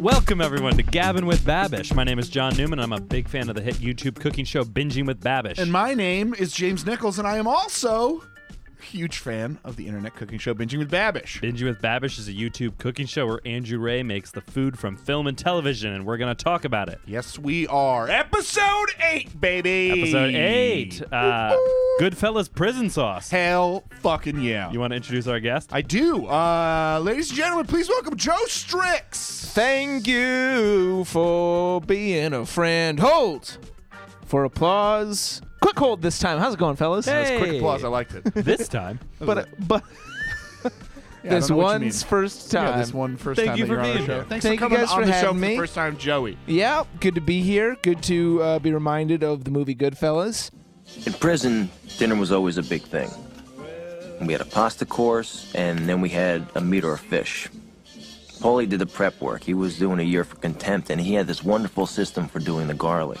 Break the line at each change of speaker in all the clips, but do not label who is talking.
Welcome, everyone, to Gavin with Babish. My name is John Newman. I'm a big fan of the hit YouTube cooking show Binging with Babish.
And my name is James Nichols, and I am also a huge fan of the internet cooking show Binging with Babish.
Binging with Babish is a YouTube cooking show where Andrew Ray makes the food from film and television, and we're going to talk about it.
Yes, we are. Episode 8, baby!
Episode 8 uh, Goodfellas Prison Sauce.
Hell fucking yeah.
You want to introduce our guest?
I do. Uh, ladies and gentlemen, please welcome Joe Strix.
Thank you for being a friend. Hold for applause. Quick hold this time. How's it going, fellas?
Hey.
Quick applause, I liked it. Yeah,
this time.
But but
I
this
don't know what you
one's
mean.
first time.
Yeah, this one first
Thank
time
you
that
for
you're on
being
the show.
here.
Thanks
Thank
for
you
coming
guys
on
for
the show
having
for the
me.
first time, Joey.
Yeah, good to be here. Good to uh, be reminded of the movie Goodfellas.
In prison, dinner was always a big thing. We had a pasta course, and then we had a meat or a fish. Paulie did the prep work. He was doing a year for contempt, and he had this wonderful system for doing the garlic.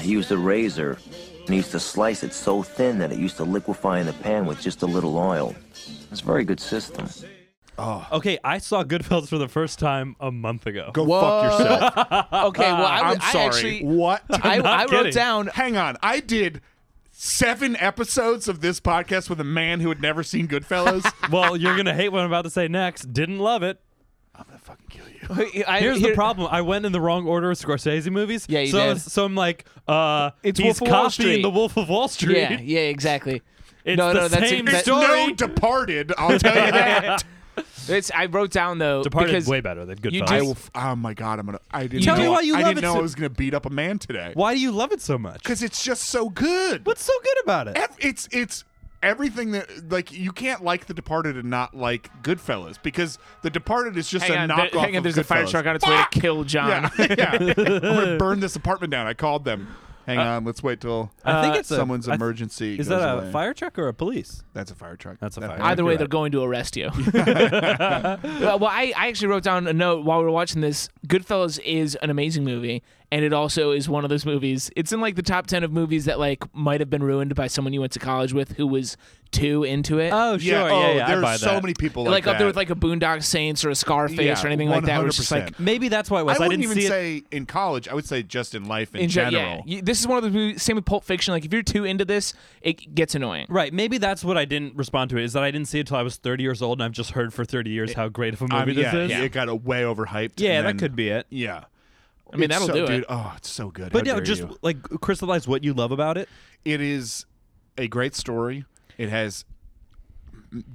He used a razor, and he used to slice it so thin that it used to liquefy in the pan with just a little oil. It's a very good system.
Okay, I saw Goodfellas for the first time a month ago.
Go fuck yourself.
Okay, well I,
Uh, I'm
would- I
sorry.
actually
what?
I,
not
I
kidding.
wrote down
Hang on. I did seven episodes of this podcast with a man who had never seen Goodfellas.
Well, you're going to hate what I'm about to say next. Didn't love it.
I'm gonna fucking kill you.
I,
Here's the
here-
problem. I went in the wrong order of Scorsese movies.
Yeah, you
so,
did.
So I'm like, uh,
It's
he's
Wolf of
copying
Wall Street.
The Wolf of Wall Street.
Yeah, yeah, exactly.
It's
no,
the
no, that's
same
it. that-
It's no
Sorry.
Departed. I'll tell you that.
It's I wrote down though
Departed
because
way better than
you
Goodfellas.
do-
I will. F- oh my god, I'm gonna. I didn't.
Tell
know,
me why you
I
love
didn't
it
know
so-
I was gonna beat up a man today.
Why do you love it so much?
Because it's just so good.
What's so good about it?
Ev- it's it's everything that like you can't like The Departed and not like Goodfellas because The Departed is just
Hang
a
on,
knockoff.
there- hang on,
of
there's a fire
Goodfellas.
truck on its way to
Fuck!
kill John.
Yeah, yeah. I'm gonna burn this apartment down. I called them. Hang on, let's wait till
Uh, I think
Uh,
it's a-
someone's
I th-
emergency.
Is
goes
that a
away.
fire truck or a police?
That's a fire truck.
That's a
That-
fire truck.
Either way,
You're
they're
right.
going to arrest you. well, well, I, I actually wrote down a note while we were watching this. Goodfellas is an amazing movie, and it also is one of those movies. It's in like the top ten of movies that like might have been ruined by someone you went to college with who was too into it.
Oh, sure.
Yeah,
Yeah,
oh,
yeah, I buy
there's so
that.
many people like,
like up there
that.
with like a Boondock Saints or a Scarface
Yeah,
or anything like that. Which is just like
100%.
Maybe that's why it was.
I
I,
wouldn't
didn't
even
see it.
say in college. I would say just in life in,
in gen-
general.
Yeah, You- this is one of the movies, same with Pulp Fiction. Like if you're too into this, it gets annoying.
Right, maybe that's what I didn't respond to. Is that I didn't see it until I was 30 years old, and I've just heard for 30 years how great of a
Um,
movie this
yeah,
is.
it got uh, way overhyped.
Yeah,
and
that
then-
could be it.
Yeah,
I mean, that'll
so,
do it.
dude, Oh, it's so good.
But
How
yeah,
dare
just
you.
like crystallize what you love about it.
it is a great story. It has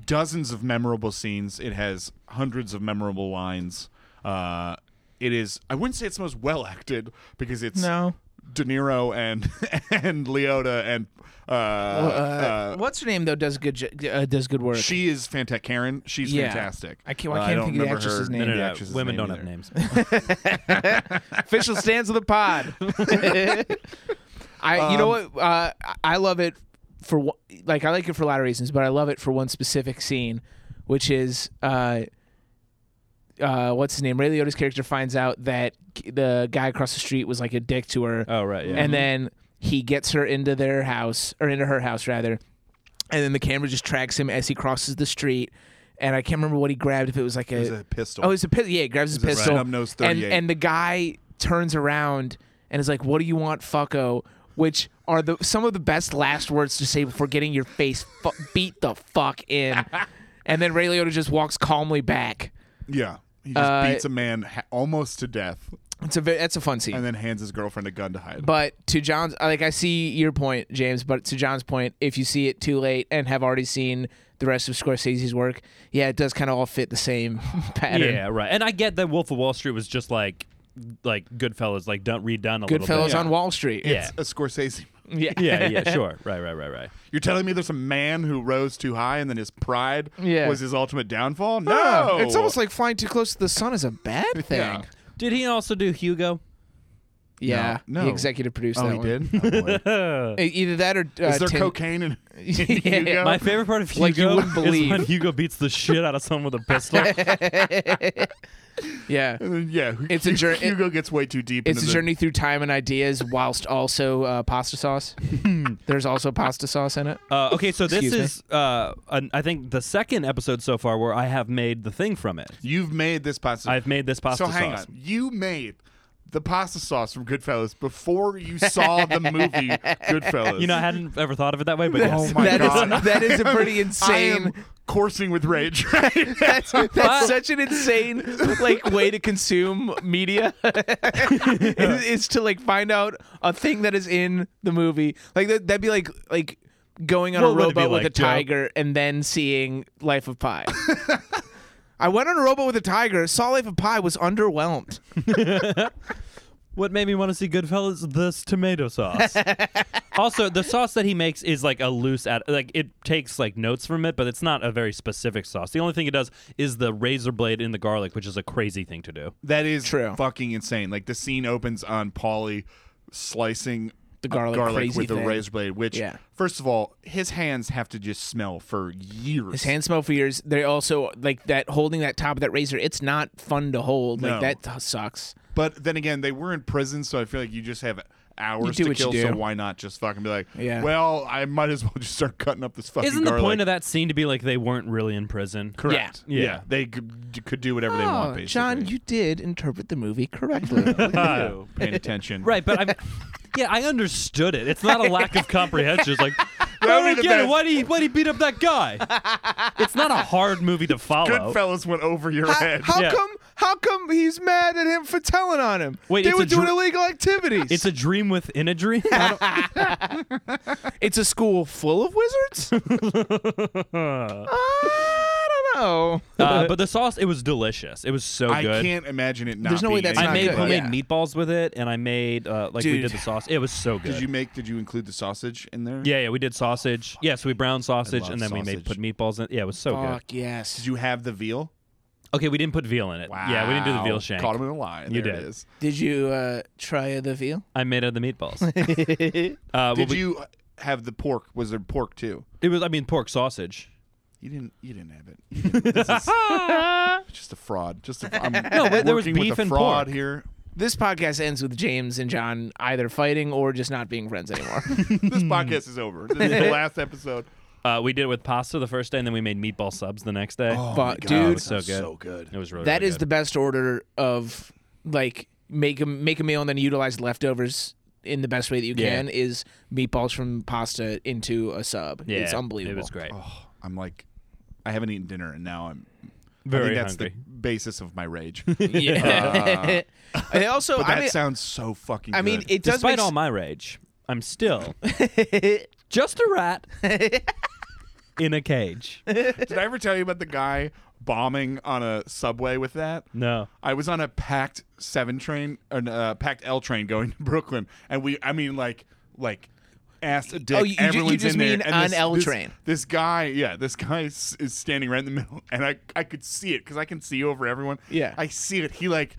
dozens of memorable scenes. It has hundreds of memorable lines. Uh, it is. I wouldn't say it's the most well acted because it's
No.
De Niro and and Leota and uh, uh,
What's her name though? Does good jo- uh, does good work.
she is fantastic. Karen, she's
Yeah.
fantastic.
I can't- I
Uh,
can't
don't
think of the
remember
actress's
her-
name.
No,
And
no,
the
no.
actress's
Women
name
don't
either.
have names.
official stands of the pod. I, you know
Um,
what? Uh, I- I love it for one- like I like it for a lot of reasons, but I love it for one specific scene, which is uh, uh, what's his name? Ray Liotta's character finds out that k- the guy across the street was like a dick to her,
oh, right. Yeah.
and then he gets her into their house or into her house rather, and then the camera just tracks him as he crosses the street. And I can't remember what he grabbed. If it was like a,
It was a pistol.
Oh, it's a pistol. Yeah, he grabs his
It's a
pistol.
snub-nosed
and
38.
and the guy turns around and is like, "What do you want, fucko?" Which are the some of the best last words to say before getting your face fu- beat the fuck in. And then Ray Liotta just walks calmly back.
Yeah, he just
Uh,
beats a man ha- almost to death,
It's a ve- that's a fun scene.
and then hands his girlfriend a gun to hide.
But to John's, like I see your point, James. But to John's point, if you see it too late and have already seen the rest of Scorsese's work, yeah, it does kind of all fit the same pattern.
Yeah, right. And I get that Wolf of Wall Street was just like, like Goodfellas, like done redone a little
Goodfellas
bit.
on Wall Street.
Yeah.
a Scorsese.
yeah,
yeah, yeah, sure. Right, right, right, right.
You're telling me there's a man who rose too high, and then his pride
Yeah.
was his ultimate downfall? No,
Oh, it's almost like flying too close to the sun is a bad thing.
Yeah.
Yeah,
Did he also do Hugo?
No,
he
no.
executive produced
oh,
that
he
one.
did. Oh, boy.
Uh,
E- Either that or uh,
Is there
Tin-
cocaine in, in
Yeah.
Hugo?
my favorite part of Hugo
Um, Like you wouldn't
is
believe.
when Hugo beats the shit out of someone with a pistol.
Yeah,
And then, yeah,
It's a
Hu-
jour-
Hugo gets way too deep.
it's
into
a
the-
journey through time and ideas, whilst also uh, pasta sauce. There's also pasta sauce in it.
Uh, okay, so this
Excuse me.
is uh, an, I think the second episode so far where I have made the thing from it.
You've made this pasta.
I've made this pasta
so hang
sauce.
on. You made the pasta sauce from Goodfellas before you saw the movie Goodfellas.
You know, I hadn't ever thought of it that way, but yes.
oh my
That is-
god,
that is a
I
pretty
am
insane-
coursing with rage. right now.
That's, that's such an insane like way to consume media is, is to like find out a thing that is in the movie. Like that, that'd be like like going on
What
a
would it be
rowboat
like,
with a
Joe?
tiger and then seeing Life of Pi. I went on a rowboat with a tiger, saw Life of Pi, was underwhelmed.
What made me want to see Goodfellas? This tomato sauce. also, the sauce that he makes is like a loose ad. Like it takes like notes from it, but it's not a very specific sauce. The only thing it does is the razor blade in the garlic, which is a crazy thing to do.
that is
True.
fucking insane. Like the scene opens on Polly slicing
The
a
garlic crazy
with
thing.
a razor blade. Which,
Yeah.
first of all, his hands have to just smell for years.
His hand smell for years. They also like that holding that top of that razor. It's not fun to hold.
No.
Like that t- sucks.
But then again, they were in prison, so I feel like you just have hours
do
to
what you
kill. So
do.
why not just fucking be like,
Yeah.
well, I might as well just start cutting up this fucking.
Isn't the
garlic."
point of that scene to be like they weren't really in prison?
Correct.
Yeah.
Yeah,
Yeah.
they could, could do whatever they want.
Oh,
Basically,
John, you did interpret the movie correctly.
you Uh, paying attention,
Right, but I'm. Yeah, I understood it. It's not a lack of comprehension. It's like, I
That would
don't
be the
get it.
best.
Why he why he beat up that guy? It's not a hard movie to follow.
Goodfellas went over your
How,
head.
how
Yeah.
come? How come he's mad at him for telling on him?
Wait,
they
it's
were
a
doing
dr-
illegal activities.
It's a dream within a dream. I don't-
it's a school full of wizards. I don't know.
uh, but the sauce, it was delicious. It was so
I
good.
can't imagine it not.
There's no way
being
that's
in
I
not
made
good.
but-
homemade
Yeah.
meatballs with it, and I made uh, like we
Dude.
did the sauce. It was so good.
Did you make? Did you include the sausage in there?
yeah, yeah, we did sausage. Yeah, so we browned sausage,
love
and then we made put
sausage.
meatballs in. it. Yeah, it was so good.
Fuck
Did
yes.
you have the veal?
Okay, we didn't put veal in it. Yeah, we didn't do the veal
Wow.
shank.
Caught him in a lie.
You
There it
did.
is.
Did you uh, try the veal?
I made out of the meatballs. uh, well,
Did
we-
you have the pork? Was there pork too?
It was, I mean, pork sausage.
You didn't. You didn't have it. You didn't- this is just a fraud. Just a, I'm no,
but there was beef
with a
and
fraud
pork.
here.
This podcast ends with James and John either fighting or just not being friends anymore.
This podcast is over. This is the last episode.
Uh, we did it with pasta the first day, and then we made meatball subs the next day.
Oh
Fuck,
my God,
dude.
that
So
sounds
good.
So good.
It was really
That
really
is the
good.
best order of like make a make a meal and then utilize leftovers in the best way that you
Yeah.
can is meatballs from pasta into a sub.
Yeah,
it's unbelievable.
It was great.
Oh, I'm like, I haven't eaten dinner, and now I'm I
Very
think that's
hungry.
the basis of my rage.
Yeah. and also,
Uh, But
I
that
mean,
sounds so fucking.
I mean,
good.
it does
Despite
make
all
s-
my rage, I'm still just a rat in a cage.
did I ever tell you about the guy bombing on a subway with that?
No.
I was on a packed seven train, or uh, packed L train going to Brooklyn, and we, I mean, like, like. Ass a dick.
Oh, you- you ju- you
Everyone's
just
in there.
mean
and
on
this,
L
this-
train.
This guy, yeah, this guy is, is standing right in the middle, and I, I could see it because I can see over everyone.
Yeah.
I see it. He like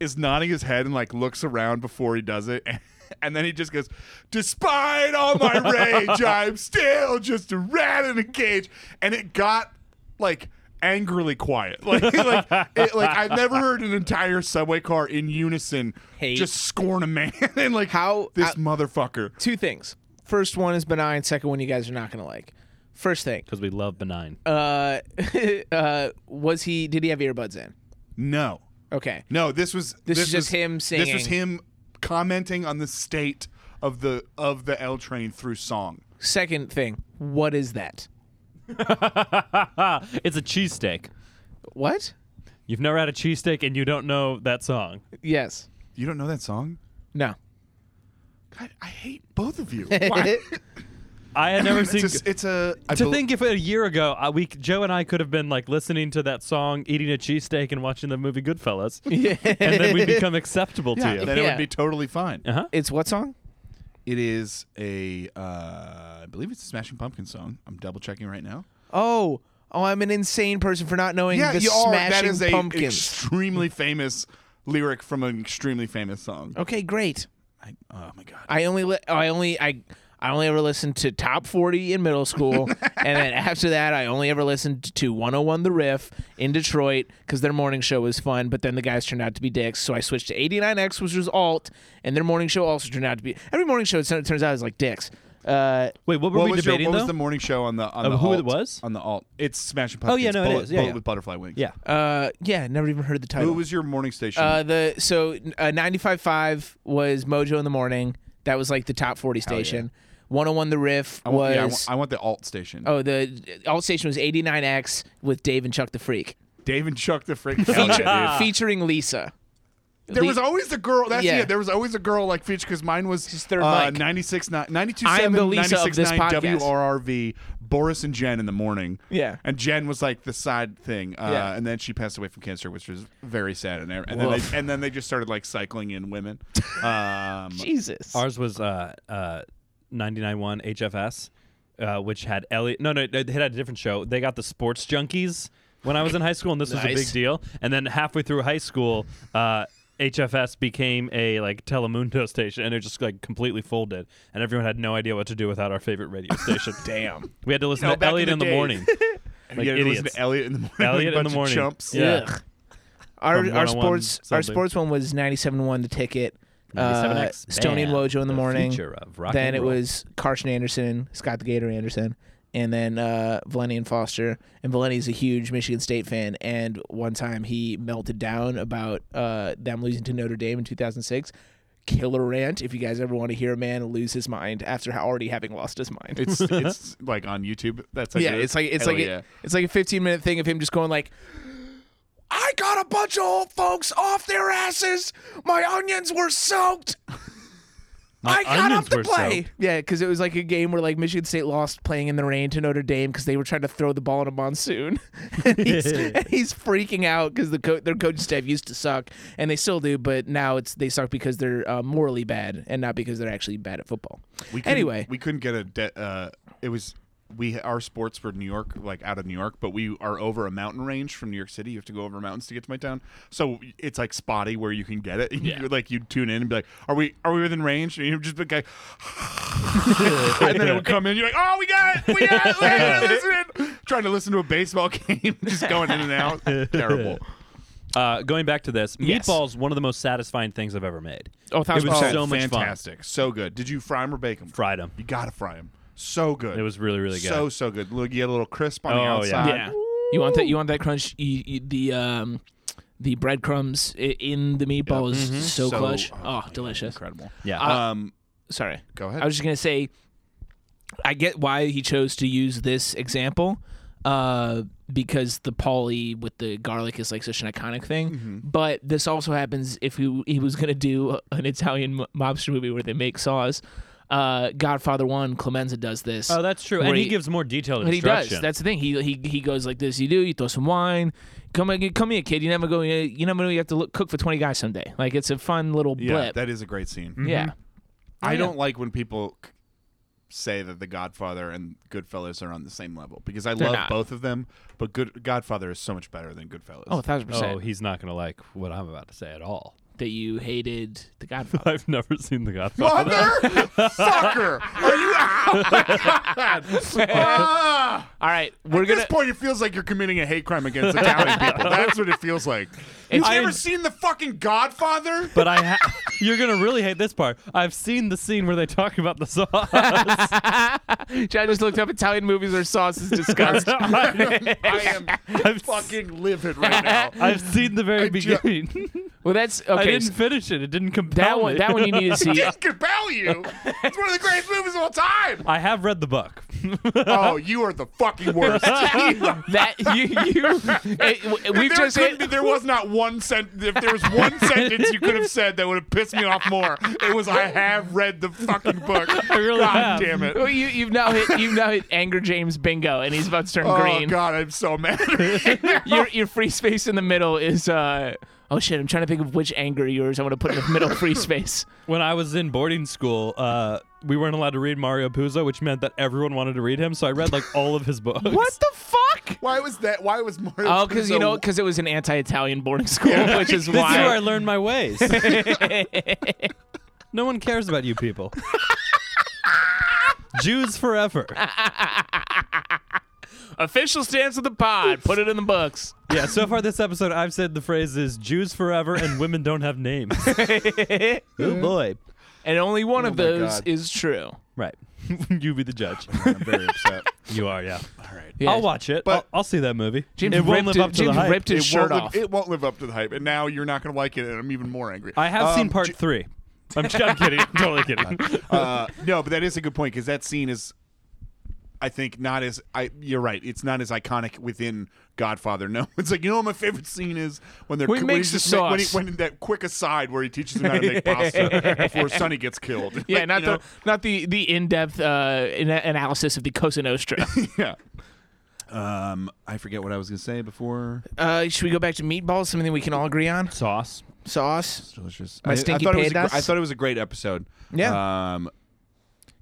is nodding his head and like looks around before he does it, and, then he just goes, "Despite all my rage, I'm still just a rat in a cage." And it got like angrily quiet. Like like it, like I've never heard an entire subway car in unison
Hate.
just scorn a man and like
How- uh,
this
I-
motherfucker.
two things. First one is benign. Second one, you guys are not gonna like. First thing,
Because we love benign.
uh, uh, was he? Did he have earbuds in?
No,
Okay.
no, this was
This is just
was-
him
This was
singing.
him commenting on the state of the of the L train through song.
Second thing, what is that?
it's a cheesesteak.
What?
You've never had a cheesesteak and you don't know that song.
Yes.
You don't know that song?
No.
God, I hate both of you. Why?
I had never seen.
it's, a, it's a. I
to
bel-
think if a year ago, uh, we Joe and I could have been like listening to that song, eating a cheesesteak, and watching the movie Goodfellas, and then we become acceptable
yeah,
to you.
that it
Yeah.
would be totally fine.
Uh-huh.
It's what song?
It is a, uh, I believe it's a Smashing Pumpkin song. I'm double checking right now.
Oh, oh, I'm an insane person for not knowing the
you are.
smashing
That is a
pumpkins.
extremely famous lyric from an extremely famous
Oh.
song.
okay, great.
I, oh my god.
I only li- I only I I only ever listened to top 40 in middle school and then after that I only ever listened to 101 the riff in Detroit cuz their morning show was fun but then the guys turned out to be dicks so I switched to 89X which was alt and their morning show also turned out to be every morning show it turns out is like dicks Uh,
Wait, what were
What
we
was, your,
debating
what was
though?
the morning show on the on
Of
the
who it
alt-
was?
on the alt? It's Smashing
Oh,
Pumpkins.
yeah, no, it
bullet,
is. Yeah,
Bullet
yeah.
with butterfly wings.
yeah.
uh, yeah, never even heard the title.
Who was your morning station?
uh, the so uh, 95.5 was Mojo in the morning. That was like the top 40 station. 101 the riff
I want,
was
yeah, I, want, I want the alt station.
oh the all station was 89x with Dave and Chuck the Freak
Dave and Chuck the freak. Hell yeah, dude.
featuring Lisa.
There
Le-
was always a girl. That's
Yeah.
it. There was always a girl like feature because mine was
Just third
uh,
mic.
96, 92,
I
7,
am the Lisa of
96,
this
9,
podcast.
WRRV, Boris and Jen in the morning.
Yeah.
And Jen was like the side thing. Uh,
Yeah.
And then she passed away from cancer, which was very sad. And, and, then,
Woof.
they, and then they just started like cycling in women. Um,
Jesus.
Ours was uh uh 991 HFS uh, which had Elliot No, no, it had a different show. They got the Sports Junkies when I was in high school and this was a
Nice.
big deal. And then halfway through high school, uh HFS became a like Telemundo station and it just like completely folded and everyone had no idea what to do without our favorite radio station.
damn.
We had to listen
You know,
to
back
Elliot
in
in the,
the day.
morning.
And
like
you had to listen
idiots.
to Elliot in the morning.
Elliot
a
in
bunch
the morning.
Of chumps.
Yeah.
Ugh. Our,
From
our
101
sports our
something.
sports one was 97.1 the ticket. Uh,
97X
Stony and
Band,
Wojo in the
the
morning.
future of rock
then
and
it
roll.
was Carson Anderson, Scott the Gator Anderson, and then uh, Valenian Foster. And Valenian's a huge Michigan State fan. And one time he melted down about uh, them losing to Notre Dame in 2006. Killer rant. If you guys ever want to hear a man lose his mind after already having lost his mind,
It's it's like on YouTube. That's like
yeah,
a-
it's like it's
hell
like a,
yeah.
it's like a 15 minute thing of him just going like, "I got a bunch of old folks off their asses. My onions were soaked.
My
I got
Uh, onions
up to
were
play."
soaked.
Yeah, because it was like a game where like Michigan State lost playing in the rain to Notre Dame because they were trying to throw the ball in a monsoon. and, he's, and he's freaking out because the co- their coaching staff used to suck and they still do, but now it's they suck because they're uh, morally bad and not because they're actually bad at football.
We couldn't-
anyway,
we couldn't get a. De- uh, it was we our sports were New York, like out of New York, but we are over a mountain range from New York City. You have to go over mountains to get to my town, so it's like spotty where you can get it. You, like you tune in and be like, "Are we are we within range?" And you just be like, and then it would come in. You're like, "Oh, we got it, we got it, we got it, listen." Trying to listen to a baseball game, just going in and out. Terrible.
Uh, going back to this,
Yes.
meatballs one of the most satisfying things I've ever made.
Oh,
it was
1000%.
so much fun.
fantastic, so good. Did you fry them or bake them?
Fried them.
You gotta fry them. So good.
It was really really good.
So so good. Look, you get a little crisp on the
Oh, yeah.
outside.
Yeah. You want that? You want that crunch? You, you, the um, the breadcrumbs i- in the meatball is
Mm-hmm.
So-
so, clutch.
oh,
uh,
Oh, delicious.
Incredible.
yeah. Uh,
Um,
Sorry.
go ahead.
I was just gonna say, I get why he chose to use this example, uh, because the Polly with the garlic is like such an iconic thing. But this also happens if he he was gonna do an Italian mo- mobster movie where they make saws. Uh, Godfather One, Clemenza does this.
Oh, that's true. And
where
he
he-
gives more detailed
But he does.
instruction.
That's the thing. He he he goes like this. You do. You throw some wine. Come here, come here, kid. You never go. You never know. You have to look, cook for twenty guys someday. Like it's a fun little
yeah,
blip.
that is a great
Mm-hmm.
scene.
yeah.
I don't like when people c- say that The Godfather and Goodfellas are on the same level because I
They're
love
not.
both of them, but Good Godfather is so much better than Goodfellas.
Oh, a thousand percent.
oh, he's not going to like what I'm about to say at all.
that you hated the Godfather.
I've never seen The Godfather.
Mother sucker! Are you out? Oh Ah!
All right, we're
At
gonna.
this point, it feels like you're committing a hate crime against Italian people. That's what it feels like. You've
I-
never seen The fucking Godfather?
But I, ha- you're gonna really hate this part. I've seen the scene where they talk about the sauce.
John just looked up Italian movies or sauces discussed.
I am fucking livid right now.
I've seen the very
I ju-
beginning.
well, that's okay.
I
so
didn't finish it. It didn't compel
that one.
me.
That one you need to see.
didn't compel you. It's one of the greatest movies of all time.
I have read the book.
Oh, you are the fucking worst.
that you you. it- w- we've
there,
just
couldn't
hit-
be- there was not one sentence. If there was one sentence you could have said that would have pissed me off more, it was I have read the fucking book. I
really
God
have.
damn it.
Well, you, you've now hit you've now hit anger James bingo, and he's about to turn
Oh
green.
God, I'm so mad.
your your free space in the middle is uh oh shit i'm trying to think of which anger of yours i want to put in the middle free space
When I was in boarding school, uh, we weren't allowed to read Mario Puzo, which meant that everyone wanted to read him. So I read like all of his books.
what the fuck
why was that? Why was more?
oh because you know because it was an anti-italian boarding school which is
This is where I
why
learned my ways. no one cares about you people. Jews forever.
official stance of the pod put it in the books
Yeah, so far this episode, I've said the phrases Jews forever and women don't have names. oh boy.
and only one of
my
those
God.
is true
Right. you be the judge.
I'm very upset.
You are, yeah.
All right.
Yeah.
I'll watch it.
But-
I'll, I'll see that movie.
James
it won't
ripped
live
it-
up to
James
the hype.
ripped his shirt
won't live,
off.
It won't live up to the hype, and now you're not going to like it, and I'm even more angry.
I have
Um,
seen part
J-
three. I'm, I'm kidding. I'm totally kidding.
uh, no, but that is a good point because that scene is, I think, not as I. You're right. It's not as iconic within Godfather. No, it's like you know what my favorite scene is when they're
When he
when
makes
he's just
the
ma- when, he,
sauce.
when that quick aside where he teaches him how to make pasta before Sonny gets killed.
Yeah,
Like,
not
you
the not the the in depth uh, in- analysis of the Cosa Nostra.
know? yeah. Um, I forget what I was gonna say before.
uh, should we go back to meatballs? Something we can all agree on?
Sauce.
Sauce.
Delicious.
My
I,
stinky
I thought, it was a gr-
pedas?
I thought it was a great episode.
Yeah.
Um,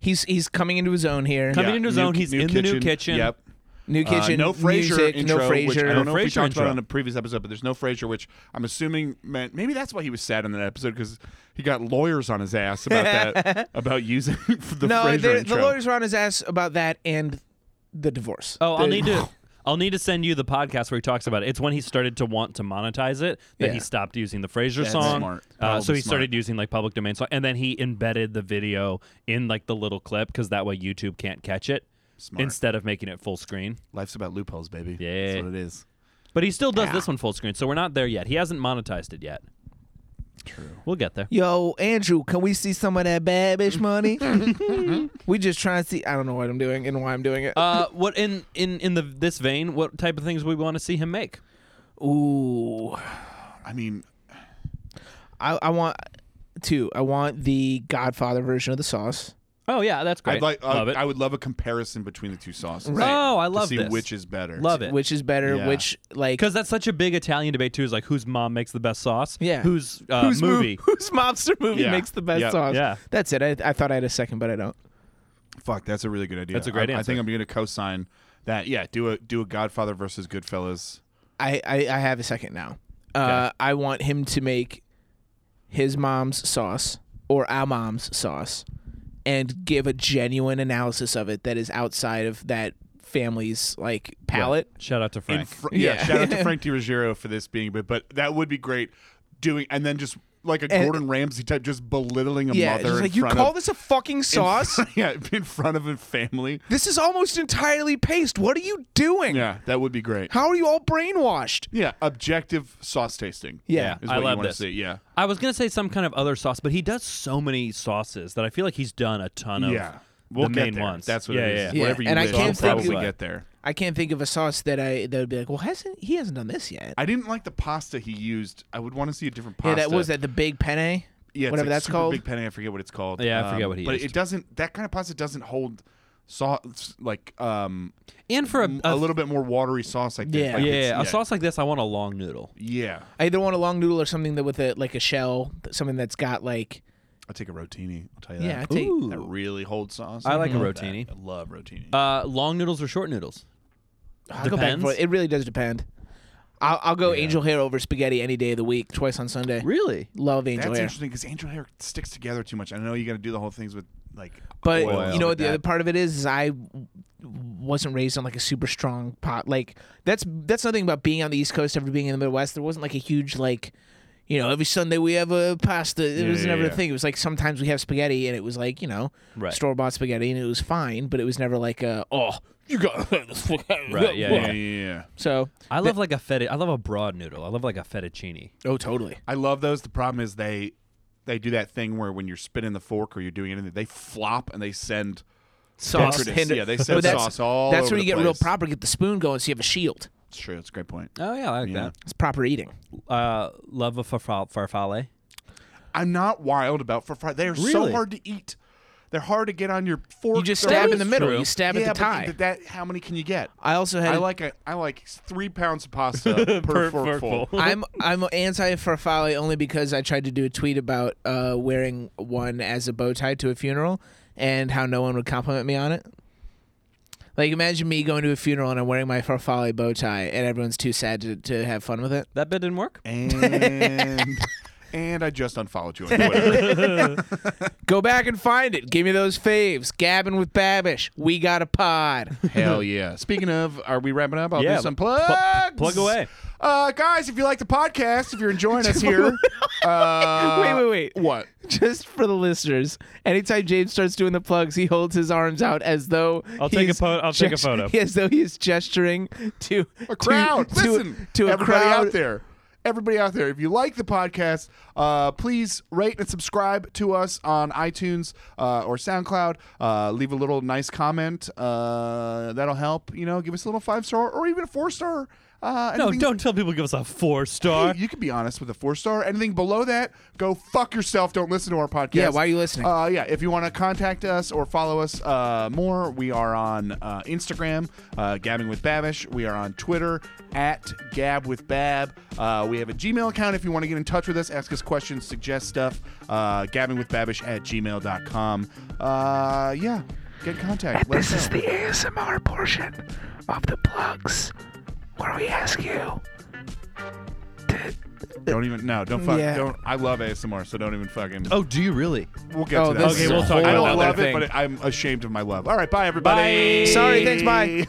He's he's coming into his own here.
Coming
yeah,
into his
new
own,
ki-
he's in the new kitchen.
Yep.
New
Uh,
kitchen.
no Frasier
music,
intro,
no
which I
Frasier.
don't know if we
Frasier
talked
intro.
about on a previous episode, but there's no Frasier, which I'm assuming meant maybe that's why he was sad in that episode because he got lawyers on his ass about that about using the
no,
Frasier
the,
intro.
the lawyers were on his ass about that and the divorce.
Oh, I'll
The-
need to. I'll need to send you the podcast where he talks about it. It's when he started to want to monetize it that
Yeah.
he stopped using the Frasier
That's
song.
smart.
Uh, so
Probably
he started
smart.
using like public domain song, and then he embedded the video in like the little clip because that way YouTube can't catch it.
Smart.
Instead of making it full screen,
Life's about loopholes, baby.
Yeah.
that's what it is.
but he still does this one full screen. So we're not there yet. He hasn't monetized it yet. True. We'll get there.
Yo, Andrew, can we see some of that bad bitch money? we just trying to see. I don't know what I'm doing and why I'm doing it.
Uh, what in in in the this vein? What type of things we want to see him make?
Ooh,
I mean,
I, I want two. I want the Godfather version of the sauce.
Oh yeah, that's great.
I'd like, uh,
love it.
I would love a comparison between the two sauces.
Right.
Oh, I love
to see
this.
which is better.
love it.
Which is better?
Yeah.
Which like
Because that's such a big Italian debate too. Is like whose mom makes the best sauce?
Yeah.
Whose uh,
whose mo-
movie?
whose mobster movie
Yeah.
makes the best
Yeah.
sauce?
Yeah.
that's it. I, I thought I had a second, but I don't.
Fuck, that's a really good idea.
That's a great
I, I think
answer.
I'm going to co-sign that. Yeah, do a do a Godfather versus Goodfellas.
I I, I have a second now. Uh, I want him to make his mom's sauce or our mom's sauce, and give a genuine analysis of it that is outside of that family's like palate.
Shout out to
in
Frank.
fr- yeah,
Yeah.
shout out to Frank DiRuggiero for this being, but but that would be great doing, and then just like a
And-
Gordon Ramsay type, just belittling a
Yeah,
mother
just
in
like you
front
call
of
this a fucking
in
sauce?
fr- yeah, in front of a family.
this is almost entirely paste. What are you doing?
Yeah, that would be great.
How are you all brainwashed?
Yeah, objective sauce tasting.
Yeah.
is
I
what you
love
want to
this.
see. Yeah,
I was gonna say some kind of other sauce, but he does so many sauces that I feel like he's done a ton of
yeah. We'll
the
get
main
there.
ones.
That's what
yeah,
it is.
yeah, yeah.
Yeah,
Whatever you
and I
wish,
can't
I'll
think of-
probably get there.
I can't think of a sauce that I that would be like, well, hasn't he hasn't done this yet?
I didn't like the pasta he used. I would want to see a different
yeah,
pasta.
that was that the big penne,
Yeah, it's
whatever
like
that's
super
called.
Big penne. I forget what it's called.
Yeah, I forget
Um,
what he
But
used.
it doesn't. That kind of pasta doesn't hold sauce like um
And for a,
a little bit more watery sauce like this.
Yeah.
Like
yeah,
it's-
a sauce like this, I want a long noodle.
Yeah,
I either want a long noodle or something that with a like a shell, th- something that's got like
I'll take a rotini. I'll tell you
yeah, I
that.
take
Ooh.
that really holds sauce.
I like a
love that.
rotini.
I love rotini.
Uh, long noodles or short noodles?
I'll go back and
Depends.
forth. It really does depend. I'll, I'll go angel hair over spaghetti any day of the week, twice on Sunday.
Really?
Love
That's
angel hair,
interesting because angel hair sticks together too much. I know you got to do the whole things with like.
but
oil and
you know
like
what? The
that.
other part of it is, is I w- wasn't raised on like a super strong pot. Like that's that's nothing about being on the East Coast after being in the Midwest. There wasn't like a huge like. You know, every Sunday we have a pasta. It
Yeah,
was
yeah,
never
yeah.
a thing. It was like sometimes we have spaghetti, and it was like you know
Right.
store bought spaghetti, and it was fine. But it was never like a oh you got this spaghetti.
Right, yeah,
Yeah, yeah, yeah.
So
I love like a feta. I love a broad noodle. I love like a fettuccine.
oh, totally.
I love those. The problem is they they do that thing where when you're spinning the fork or you're doing anything, they flop and they send.
Sauce,
Detritus.
hinder-
Yeah, they
But
send
that's-
sauce all
That's
over
where you
the
get real
place.
proper. Get the spoon going, so you have a shield.
It's true. That's a great point.
Oh yeah, I like
Yeah.
that.
It's proper eating.
Uh, love a farfa- farfalle.
I'm not wild about for fry. They are so
Really?
hard to eat. They're hard to get on your fork.
You just
They're
stab
hard-
in the middle.
true.
You stab
yeah,
at
but
the tie.
th- that how many can you get?
I also had.
I
a-
like a, I like three pounds of pasta per, forkful.
I'm I'm anti farfalle only because I tried to do a tweet about uh, wearing one as a bow tie to a funeral and how no one would compliment me on it. Like imagine me going to a funeral and I'm wearing my farfalle bow tie and everyone's too sad to, to have fun with it.
That bit didn't work.
And and I just unfollowed you on Twitter.
Go back and find it. Give me those faves. Gabbing with Babish. We got a pod.
Hell yeah! Speaking of, are we wrapping up? I'll
Yeah,
do some
pl-
plugs.
plug away.
uh, guys, if you like the podcast, if you're enjoying us here, uh,
Wait, wait, wait.
what?
Just for the listeners, anytime James starts doing the plugs, he holds his arms out as though
I'll take a
he's
po- I'll take a photo.
As though he is gesturing to
A crowd.
to, to-
Listen,
to, a
everybody
crowd.
out there. Everybody out there, if you like the podcast, uh, please rate and subscribe to us on iTunes uh, or SoundCloud. Uh, leave a little nice comment. Uh, that'll help. You know, give us a little five star or even a four star. Uh,
No,
anything-
don't tell people give us a four star.
Hey, you can be honest with a four star. Anything below that, go fuck yourself. Don't listen to our podcast.
Yeah, why are you listening?
Uh, yeah, if you want to contact us or follow us uh, more, we are on uh, Instagram, uh, Gabbing with Babish. We are on Twitter at Gab with Bab. Uh, we have a Gmail account if you want to get in touch with us, ask us questions, suggest stuff. Uh, Gabbing with Babish at gmail.com. Uh, yeah, get in contact. Let us
This is
know.
the uh, ASMR portion of the plugs where we ask you
don't even no, don't fuck.
Yeah.
Don't. I love ASMR, so don't even fucking.
Oh, do you really?
We'll get
Oh,
to that.
this
Okay, is we'll a talk whole
I don't
about that
love it,
thing.
but I'm ashamed of my love. All right, bye everybody.
Sorry, thanks, bye.